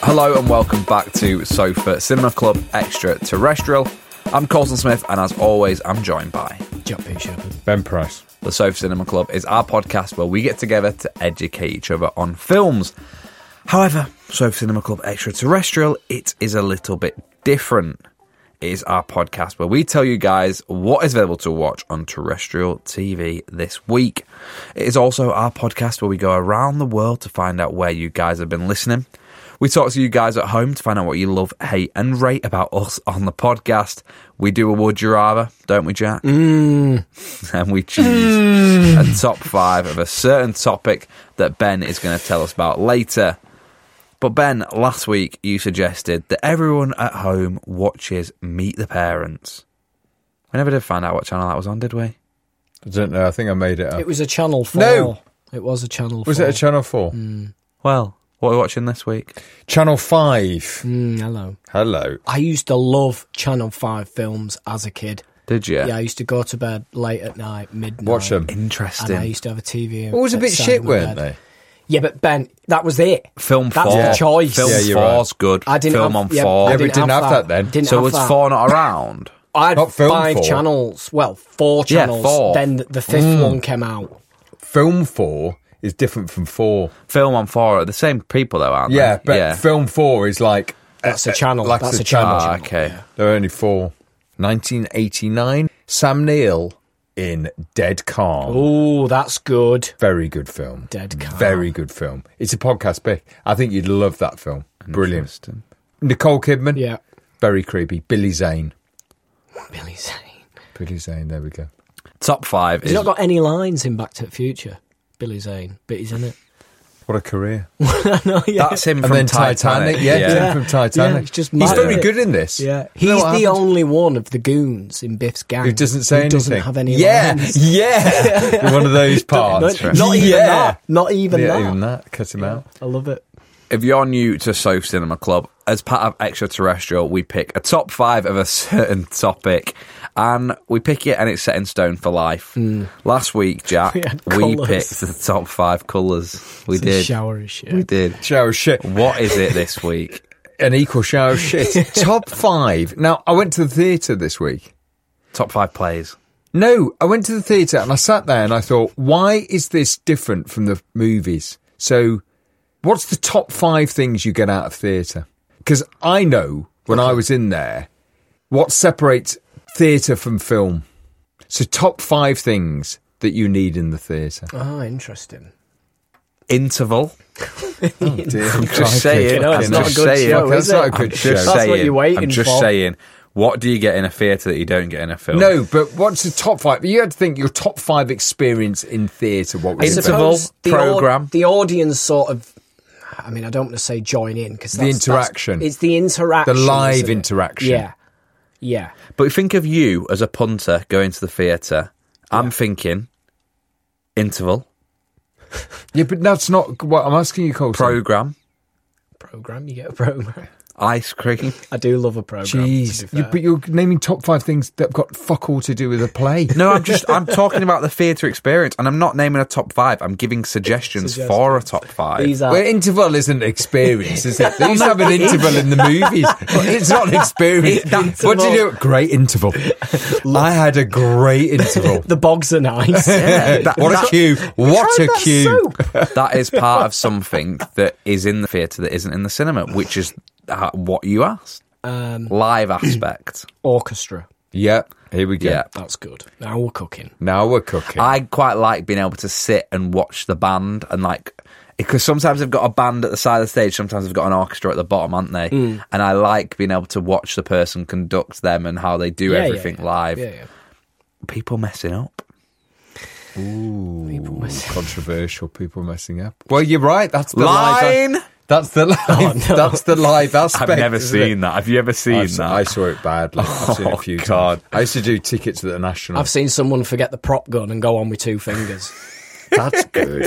Hello and welcome back to Sofa Cinema Club Extra Terrestrial. I'm Colson Smith, and as always, I'm joined by Jumping Shepherd. Ben Price. The Sofa Cinema Club is our podcast where we get together to educate each other on films. However, Sofa Cinema Club Extraterrestrial, it is a little bit different. It is our podcast where we tell you guys what is available to watch on terrestrial TV this week. It is also our podcast where we go around the world to find out where you guys have been listening. We talk to you guys at home to find out what you love, hate, and rate about us on the podcast. We do a Would You Rather, don't we, Jack? and we choose Hmm. a top five of a certain topic that Ben is going to tell us about later. But Ben, last week you suggested that everyone at home watches Meet the Parents. We never did find out what channel that was on, did we? I don't know. I think I made it up. It was a Channel 4. No! It was Mm. a Channel 4. Was it a Channel 4? Well, what are we watching this week? Channel 5. Mm, hello. Hello. I used to love Channel 5 films as a kid. Did you? Yeah, I used to go to bed late at night, midnight. Watch them. And I Interesting. used to have a TV. Always a bit outside shit, my weren't bed. they? Yeah, but Ben, that was it. Film That's four. the choice. Film Yeah, you're four's good. I didn't film have, on yeah, four. I Yeah, but it didn't have that then. Didn't so have was that. four not around? I had Not film five four. Mm. channels. Well, four Yeah, channels. four. Then the, the fifth one came out. Film 4 is different from 4. film on four are the same people though, aren't Yeah, they? but Film 4 is like. That's a channel. Uh, like That's the a channel. Ah, okay. There are only four. 1989. Sam Neill in Dead Calm. Oh, that's good. Very good film. Dead Calm. Very good film. It's a podcast pick. I think you'd love that film. Brilliant. Nicole Kidman. Yeah. Very creepy. Billy Zane. Billy Zane. Billy Zane. There we go. Top five He's is not got any lines in Back to the Future. Billy Zane, but he's in it. What a career. no, yeah. that's him And from then Titanic. Yeah, Yeah. yeah. from Titanic. Yeah, it's just he's mad, very isn't it? good in this. yeah, You he's know what the happens? only one of the goons in Biff's gang Who doesn't say who anything? doesn't have any yeah, lines. yeah. One of those parts. Not, not even yeah. that. Not even yeah, that. even that. Cut him out. I love it. If you're new to Soap Cinema Club, as part of Extraterrestrial, we pick a top five of a certain topic, and we pick it, and it's set in stone for life. Last week, Jack, Hmm. We had we colours. picked the top five colours. We It's a did. shower of shit. We did. Shower of shit. What is it this week? An equal shower of shit. Top five. Now, I went to the theatre this week. top five plays. No, I went to the theatre and I sat there and I thought, why is this different from the movies? So, what's the top five things you get out of theatre? Because I know when I was in there, what separates theatre from film. So, top five things that you need in the theatre. Ah, interesting. Interval. I'm Just saying. know, it's I'm not just a good saying. show, is That's it? not a I'm good just show. That's saying. what you're waiting I'm just for. saying. What do you get in a theatre that you don't get in a film? No, but what's the top five? You had to think your top five experience in theatre. What was it? Interval, Suppose the programme. au- the audience sort of. I mean, I don't want to say join in because The interaction. It's the interaction. The live isn't it? interaction. Yeah, yeah. But think of you as a punter going to the theatre. I'm thinking interval, Yeah, but that's not what I'm asking you, Colson. programme. Program. You get a program. ice cream. I do love a program. Jeez, you, but you're naming top five things that have got fuck all to do with a play. No, I'm just I'm talking about the theatre experience, and I'm not naming a top five. I'm giving suggestions, for a top five. These Well, are interval isn't experience, is it? They used to have an interval in the movies, but it's not an experience. what do you do? Great interval. I had a great interval. the bogs are nice. That- what a that- cue! What Tried a that cue! soap. that is part of something that is in the theatre that isn't in the cinema, which is uh, what you asked. Um, Live aspect. Orchestra. Yep. Here we go. Yeah. That's good. Now we're cooking. Now we're cooking. I quite like being able to sit and watch the band and like because sometimes they've got a band at the side of the stage, sometimes they've got an orchestra at the bottom, aren't they? And I like being able to watch the person conduct them and how they do Yeah, yeah, everything yeah. live. Yeah, yeah. People messing up. Ooh, controversial people messing up. Well, you're right. That's the Line! Oh, Live, that's the live. no. That's the live aspect. isn't it? that. Have you ever seen I've se- I saw it badly. I've seen it a Oh, few God. times. I used to do tickets at the National. I've seen someone forget the prop gun and go on with two fingers. That's good.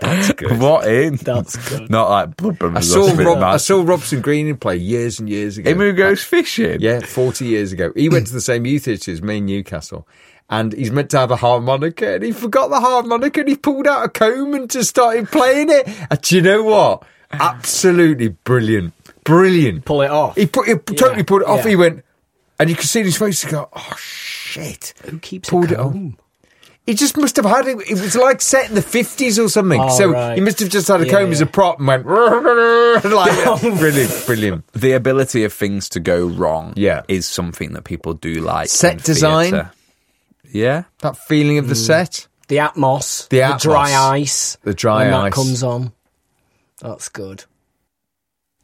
That's good. What in? That's good. Not like. blub, blub, I blub, saw spit Rob, I mad. saw Robson Greening play years and years ago. Him who goes fishing. Yeah, forty years ago. He went to the same youth theatre as me in Newcastle. And he's meant to have a harmonica, and he forgot the harmonica, and he pulled out a comb and just started playing it. And do you know what? Absolutely brilliant, brilliant. Pull it off. He, put, he totally pulled it off. yeah. He went, and you could see in his face. He go, "Oh shit!" Who keeps pulled a it off. comb? He just must have had it. It was like set in the fifties or something. Oh, so right. he must have just had a Yeah, comb as a yeah. prop and went like brilliant, brilliant. The ability of things to go wrong Yeah. is something that people do like. in Set design. theatre. Yeah. That feeling of the Mm. set. The Atmos. The The, Atmos. dry ice. The dry when ice. that comes on. That's good.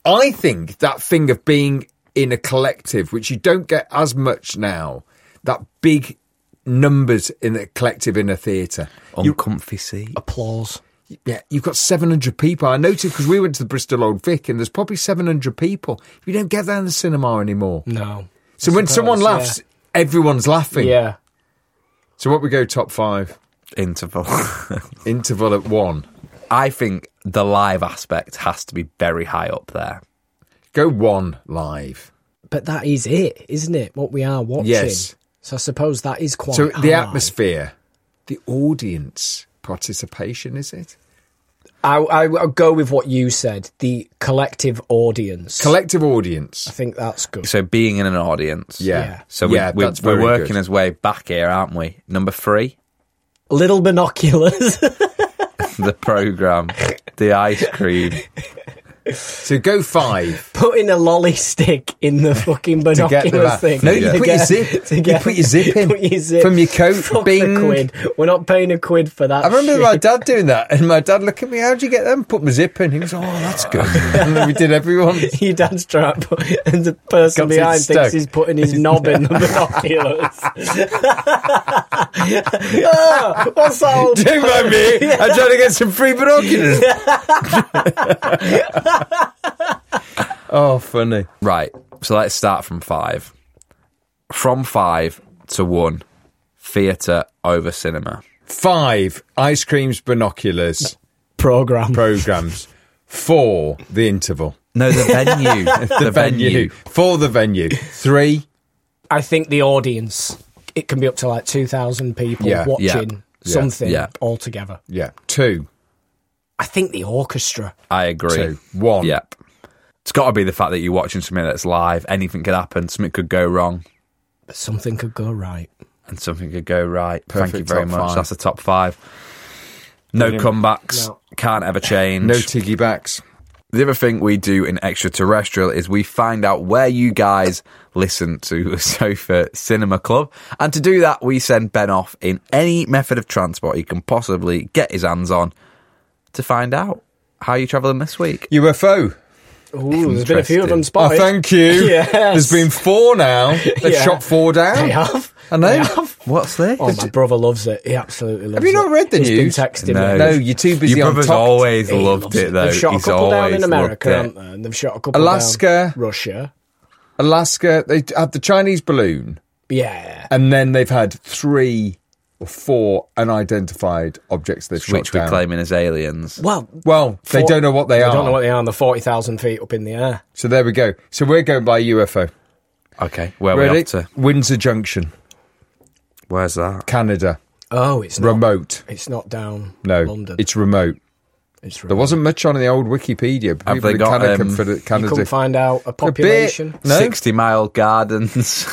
I think that thing of being in a collective, which you don't get as much now, that big numbers in a collective in a theatre. Uncomfy seat. Applause. Yeah, you've got 700 people. I noticed because we went to the Bristol Old Vic and there's probably 700 people. You don't get that in the cinema anymore. No. So when someone Mm, suppose, laughs, everyone's laughing. Yeah. So what we go top five? Interval. Interval at one. I think the live aspect has to be very high up there. Go one live. But that is it, isn't it? What we are watching. Yes. So I suppose that is quite So the high. atmosphere, the audience participation, is it? I, I, will go with what you said. The collective audience. Collective I audience. think that's good. So being in an audience. Yeah. Yeah. So we, yeah, we, that's we're very working good. his way back here, aren't we? Number three, Little binoculars. the program, the ice cream. So go five. Putting a lolly stick in the fucking To get the binoculars va- thing. No, you To put your zip- to you put your zip in Put your zip. from your coat, Fuck bing. the quid. We're not paying a quid for that. I remember shit. my dad doing that, and my dad looked at me. How'd you get them? Put my zip in. He was, oh, that's good. and then we did everyone. your dad's trying to put, and the person Got it behind stuck. thinks he's putting his knob in the binoculars. oh, what's that old? Don't mind me. I'm trying to get some free binoculars. oh, funny. Right. So let's start from five. From five to one, theatre over cinema. Five ice creams, binoculars, program? programs. Four the interval. No, the venue. the, for the venue. Three. I think the audience. It can be up to like two thousand people Yeah, yeah, watching yeah, something yeah. altogether. Yeah. Two. I think the orchestra. I agree. Two. One. Yep. It's got to be the fact that you're watching something that's live. Anything could happen. Something could go wrong, But something could go right. and something could go right. Thank Perfect you very top much. five. That's the top five. No comebacks. No. Can't ever change. Mm. No tiggy backs. The other thing we do in Extraterrestrial is we find out where you guys listen to Sofa Cinema Club. And to do that, we send Ben off in any method of transport he can possibly get his hands on to find out how you're travelling this week. UFO. Ooh, there's been a few of Interesting. them Oh, spotted. thank you. Yes. There's been four now. They've Yeah. shot four down. They have. I know. They have. What's this? Oh, my brother loves it. He absolutely loves it. Have you not read the news? He's been texting No. me. No, you're too busy Your on brother's Tucked. always He loved loves it, though. They've shot He's a couple down always in America, loved it. haven't they? And they've shot a couple Alaska. down Russia. Alaska, they had the Chinese balloon, Yeah. and then they've had three or four unidentified objects they've shot which we're down. claiming as aliens. Well, Well, they for- don't know what they, are. don't know what they are on the 40,000 feet up in the air. so there we go. So we're going by UFO. Okay, where are we Ready? up to? Windsor Junction, Where's that? Canada. Oh, it's not. Remote. It's not down No, London. it's remote. it's There wasn't much on the old Wikipedia. but Have People they in got, Canada, um, Confeder- You Canada couldn't find out a A bit. population. No, 60 mile gardens.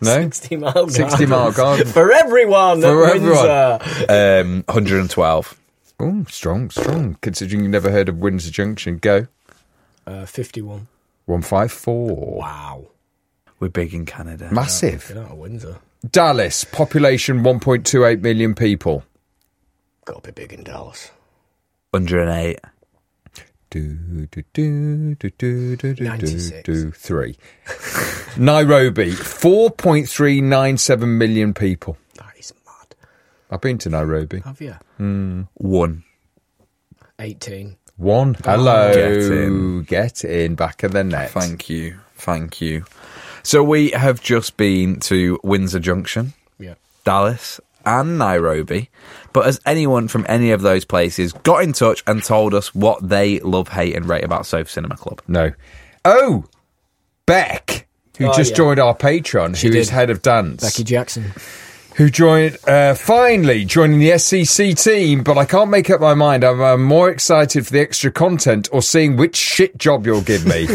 no, 60 mile garden. 60 mile garden. For everyone For at everyone. Windsor. um, 112. Oh, strong, strong. Considering you never heard of Windsor Junction, go Uh, 51. one five four. Wow. We're big in Canada. Massive. Get out of Windsor. Dallas population one point two eight million people. Got to be big in Dallas. 108. Do, do, do, do, do, do, do, do, 96. do, three. Nairobi, 4.397 million people. That is mad. I've been to Nairobi. Have you? One. 18. One. Hello. Get in. Get in. Back of the net. Thank you. Thank you. So we have just been to Windsor Junction, Yeah. Dallas, and Nairobi. But has anyone from any of those places got in touch and told us what they love, hate, and rate about Sofa Cinema Club? No. Oh, Beck, who Oh, just yeah. joined our Patreon, who is did. head of dance, Becky Jackson. who joined uh, finally joining the SEC team. But I can't make up my mind. I'm uh, more excited for the extra content or seeing which shit job you'll give me.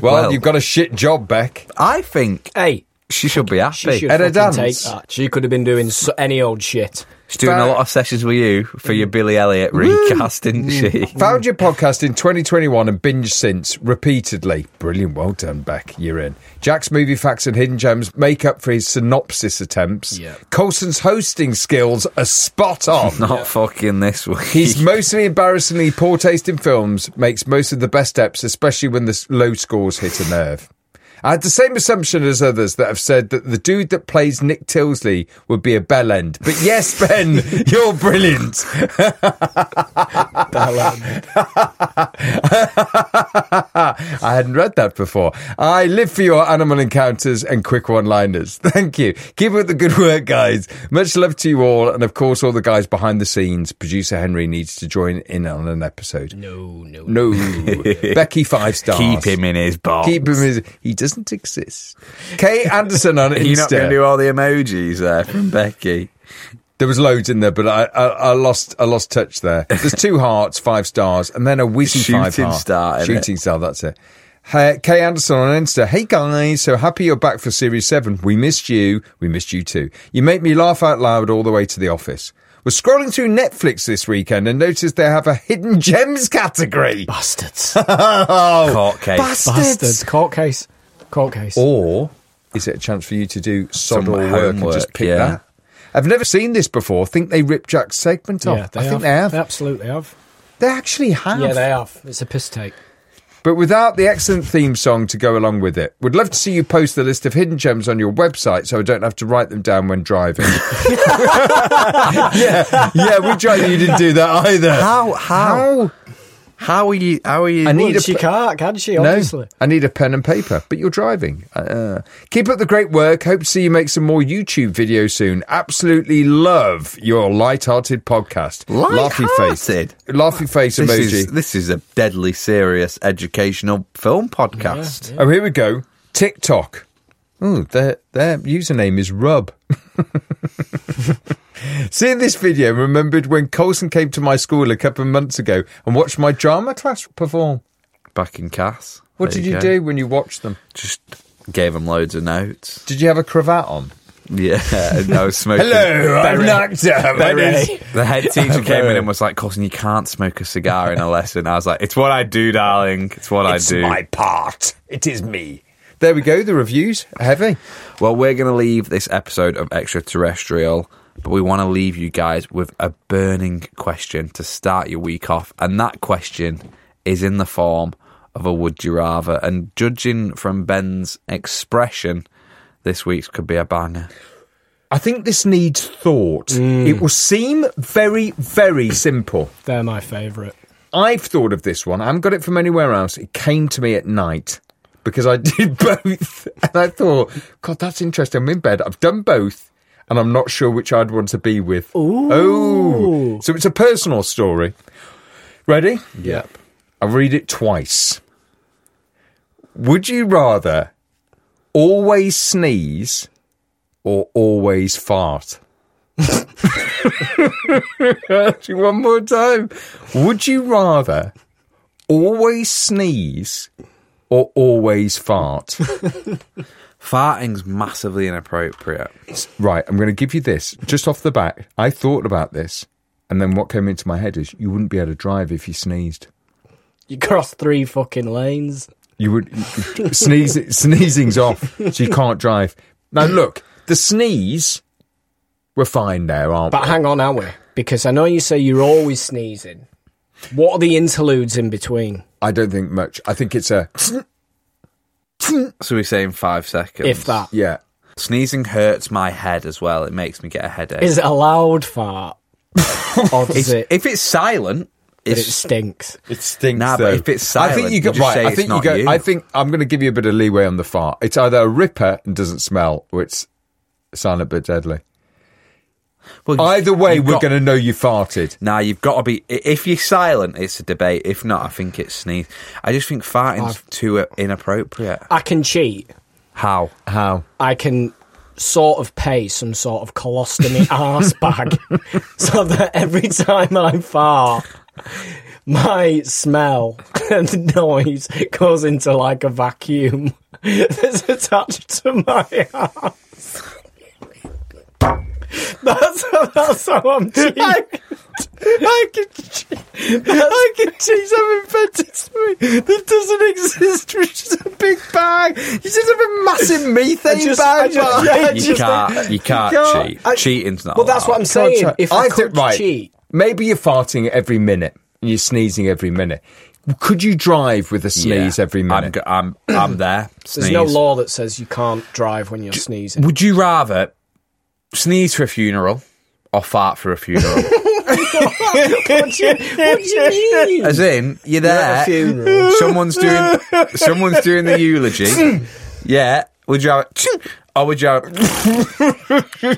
well, Well- you've got a shit job, Beck. I think Hey, she should be happy. she should At a fucking dance. take that. She could have been doing so- any old shit. She's doing a But- lot of sessions with you for your Billy Elliot recast, isn't she? Found your podcast in 2021 and binge since repeatedly. Brilliant, well done, Beck. You're in. Jack's movie facts and hidden gems make up for his synopsis attempts. Yeah. Colson's hosting skills are spot on. Not fucking this week. He's mostly embarrassingly poor taste in films, makes most of the best steps, especially when the s- low scores hit a nerve. I had the same assumption as others that have said that the dude that plays Nick Tilsley would be a bell end. But yes, Ben, you're brilliant. I hadn't read that before. I live for your animal encounters and quick one liners. Thank you. Keep up the good work, guys. Much love to you all. And of course, all the guys behind the scenes. Producer Henry needs to join in on an episode. No, no. No. Becky, five stars. Keep him in his box. Keep him in- He doesn't exist. Kay Anderson on You're not going Insta. to do all the emojis there from Becky. there was loads in there, but I, I, I lost I lost touch there. There's two hearts, five stars, and then a whizzy five Shooting heart. star, innit? Shooting star, that's it. Hey, Kay Anderson on Insta. Hey guys, so happy you're back for Series 7. We missed you. We missed you too. You make me laugh out loud all the way to the office. Was scrolling through Netflix this weekend and noticed they have a hidden gems category. Bastards. Court case. Bastards. Court case. Court case. Or is it a chance for you to do sod Some all work and just homework, pick yeah. that? I've never seen this before. think they ripped Jack's segment off. I think they have. Oh, absolutely have. They actually have. Yeah, they have. It's a piss take. But without the excellent theme song to go along with it. Would love to see you post the list of hidden gems on your website so I don't have to write them down when driving. yeah, yeah, we tried. You didn't do that either. How- how? How are you? How are you? I need Well, a she p- can't, can she? No, Obviously. I need a pen and paper, but you're driving. Uh, keep up the great work. Hope to see you make some more YouTube videos soon. Absolutely love your light-hearted podcast. Light-hearted? face, laughy face This emoji. is, this is a deadly serious educational film podcast. Oh, here we go. TikTok. Oh, their their username is Rub. Seeing this video remembered when Colson came to my school a couple of months ago and watched my drama class perform. Back in Cass. What There did you, go. do when you watched them? Just gave him loads of notes. Did you have a cravat on? Yeah, and I was smoking. I'm knocked up. The head teacher came in and was like, Colson, you can't smoke a cigar in a lesson. I was like, it's what I do, darling. It's what I do. part. It is me. There we go. The reviews are heavy. Well, we're going to leave this episode of Extraterrestrial, but we want to leave you guys with a burning question to start your week off. And that question is in the form of a would you rather. And judging from Ben's expression, this week's could be a banger. I think this needs thought. It will seem very, very simple. They're my favourite. I've thought of this one. I haven't got it from anywhere else. It came to me at night because I did both. And I thought, God, that's interesting. I'm in bed. I've done both. and I'm not sure which I'd want to be with. Ooh. Oh. So it's a personal story. Ready? Yep. I'll read it twice. Would you rather always sneeze or always fart? Do you One more time. Would you rather always sneeze or always fart? Farting's massively inappropriate. Right, I'm going to give you this just off the back. I thought about this, and then what came into my head is you wouldn't be able to drive if you sneezed. You cross three fucking lanes. You would sneeze. Sneezing's off, so you can't drive. Now look, the sneeze, we're fine there, aren't But we? hang on, are we? Because I know you say you're always sneezing. What are the interludes in between? I don't think much. I think it's a So we're saying five seconds. If that. yeah. Sneezing hurts my head as well. It makes me get a headache. Is it a loud fart? or does it, if it's silent, that it's, it stinks? It stinks. Nah, but though. if it's I think silent, you go you just right. say I it's think you not go. you. I think I'm going to give you a bit of leeway on the fart. It's either a ripper and doesn't smell, or it's silent but deadly. well, Either way, you've we're got- going to know you farted. Nah, you've got to be. i- If you're silent, it's a debate. If not, I think it's sneeze. I just think farting's too uh, inappropriate. I can cheat. How? How? I can sort of pay some sort of colostomy arse bag so that every time I fart, my smell and noise goes into like a vacuum that's attached to my arse. That's how, that's how I'm cheating. I, can I can cheese I'm invented something that doesn't exist, which is a big bag. You just have a Massive methane I just- I bag. just- Mark. yeah, I You just- can't. You can't, can't- cheat. I- Cheating's not. Well, that's what allowed. I'm saying. Can't cheat. If I, thi- could cheat, maybe you're farting every minute and you're sneezing every minute. Could you drive with a sneeze Yeah. every I'm, minute? go- I'm, I'm there. there's no Sneeze. law that says you can't drive when you're sneezing. Would you rather sneeze for a funeral or fart for a funeral? what, do you, what do you mean? As in, you're there. at a funeral. Someone's doing. Someone's doing the eulogy. yeah. Would you have? Or would you have? But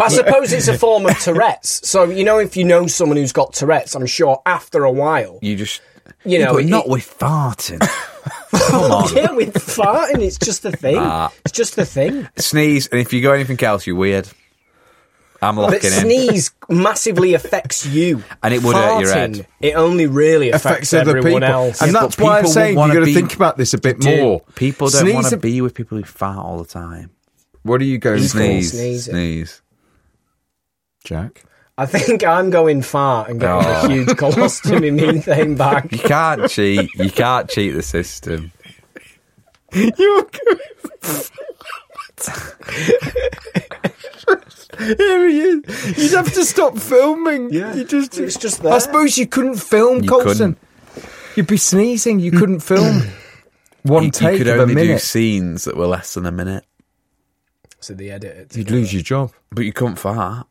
I suppose it's a form of Tourette's. So you know, if you know someone who's got Tourette's, I'm sure after a while, You just. you Yeah, know, but Oh, it- not with farting. Come on. yeah, with farting, it's just a thing. It's just a thing. Sneeze, and if you go anything else, you're weird. I'm But locking in. sneeze massively affects you, And it would hurt your Farting, head. It only really affects, affects other everyone people, else. and Yeah, that's but why I'm people saying wanna you've got to be- think about this a bit Dude, more. People don't Sneeze want to a- be with people who fart all the time. What are you going He's for, going- Sneeze, sneeze. sneeze, Jack? I think I'm going fart and getting a Oh. huge colostomy methane bag. You can't cheat. You can't cheat the system. Here he is. You'd have to stop filming. Yeah, you just. It's just there. I suppose you couldn't film, You Colson. couldn't. You'd be sneezing. You couldn't film one You, you take could of a only do minute. scenes that were less than a minute, So the edit. You'd lose your job. but you couldn't fart.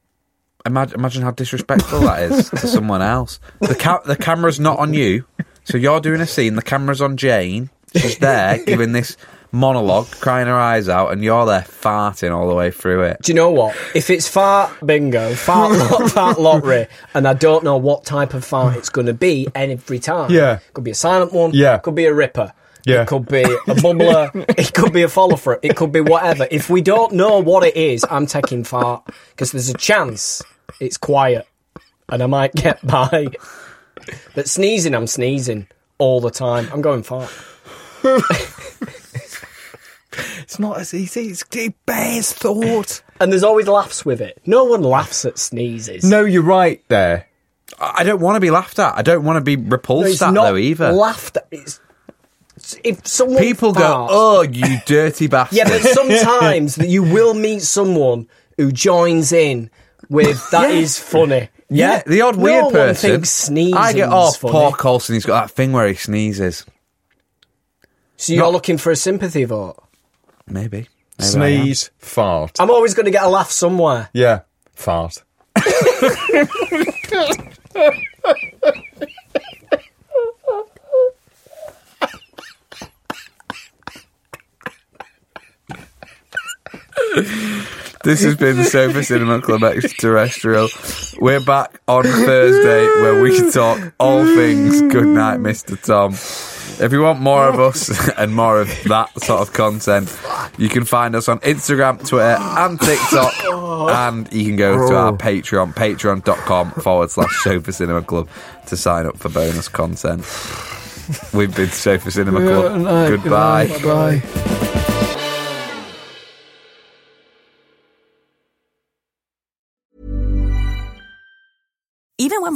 Imagine, imagine how disrespectful that is to someone else. The ca- the camera's not on you, so you're doing a scene. The camera's on Jane. She's there giving this monologue, crying her eyes out, and you're there farting all the way through it. Do you know what? If it's fart bingo, fart lot, fart lottery, and I don't know what type of fart it's going to be every time. Yeah. Could be a silent one. Yeah. Could be a ripper. Yeah. It could be a bubbler. it could be a follow through. It could be whatever. If we don't know what it is, I'm taking fart because there's a chance it's quiet and I might get by. But sneezing, I'm sneezing all the time. I'm going fart. It's not as easy. It's, it bears thought. And there's always laughs with it. No one laughs at sneezes. No, you're right there. I I don't want to be laughed at. I don't want to be repulsed at though either. Laughter. It's, if someone People go, farts- "Oh, you dirty bastard!" Yeah, but sometimes that you will meet someone who joins in with that is funny. Yeah, the odd weird no person. One thinks sneezing. I get off. off. Paul Colson, he's got that thing where he sneezes. So you're looking for a sympathy vote. Maybe. Maybe I am. Sneeze, fart. I'm always going to get a laugh somewhere. Yeah, fart. This has been Sofa Cinema Club Extraterrestrial. We're back on Thursday where we talk all things. Good night, Mr. Tom. If you want more of us and more of that sort of content, you can find us on Instagram, Twitter, and TikTok. And you can go to our Patreon, patreon.com forward slash Sofa Cinema Club to sign up for bonus content. We've been Sofa Cinema Club. Goodbye. Bye. Even when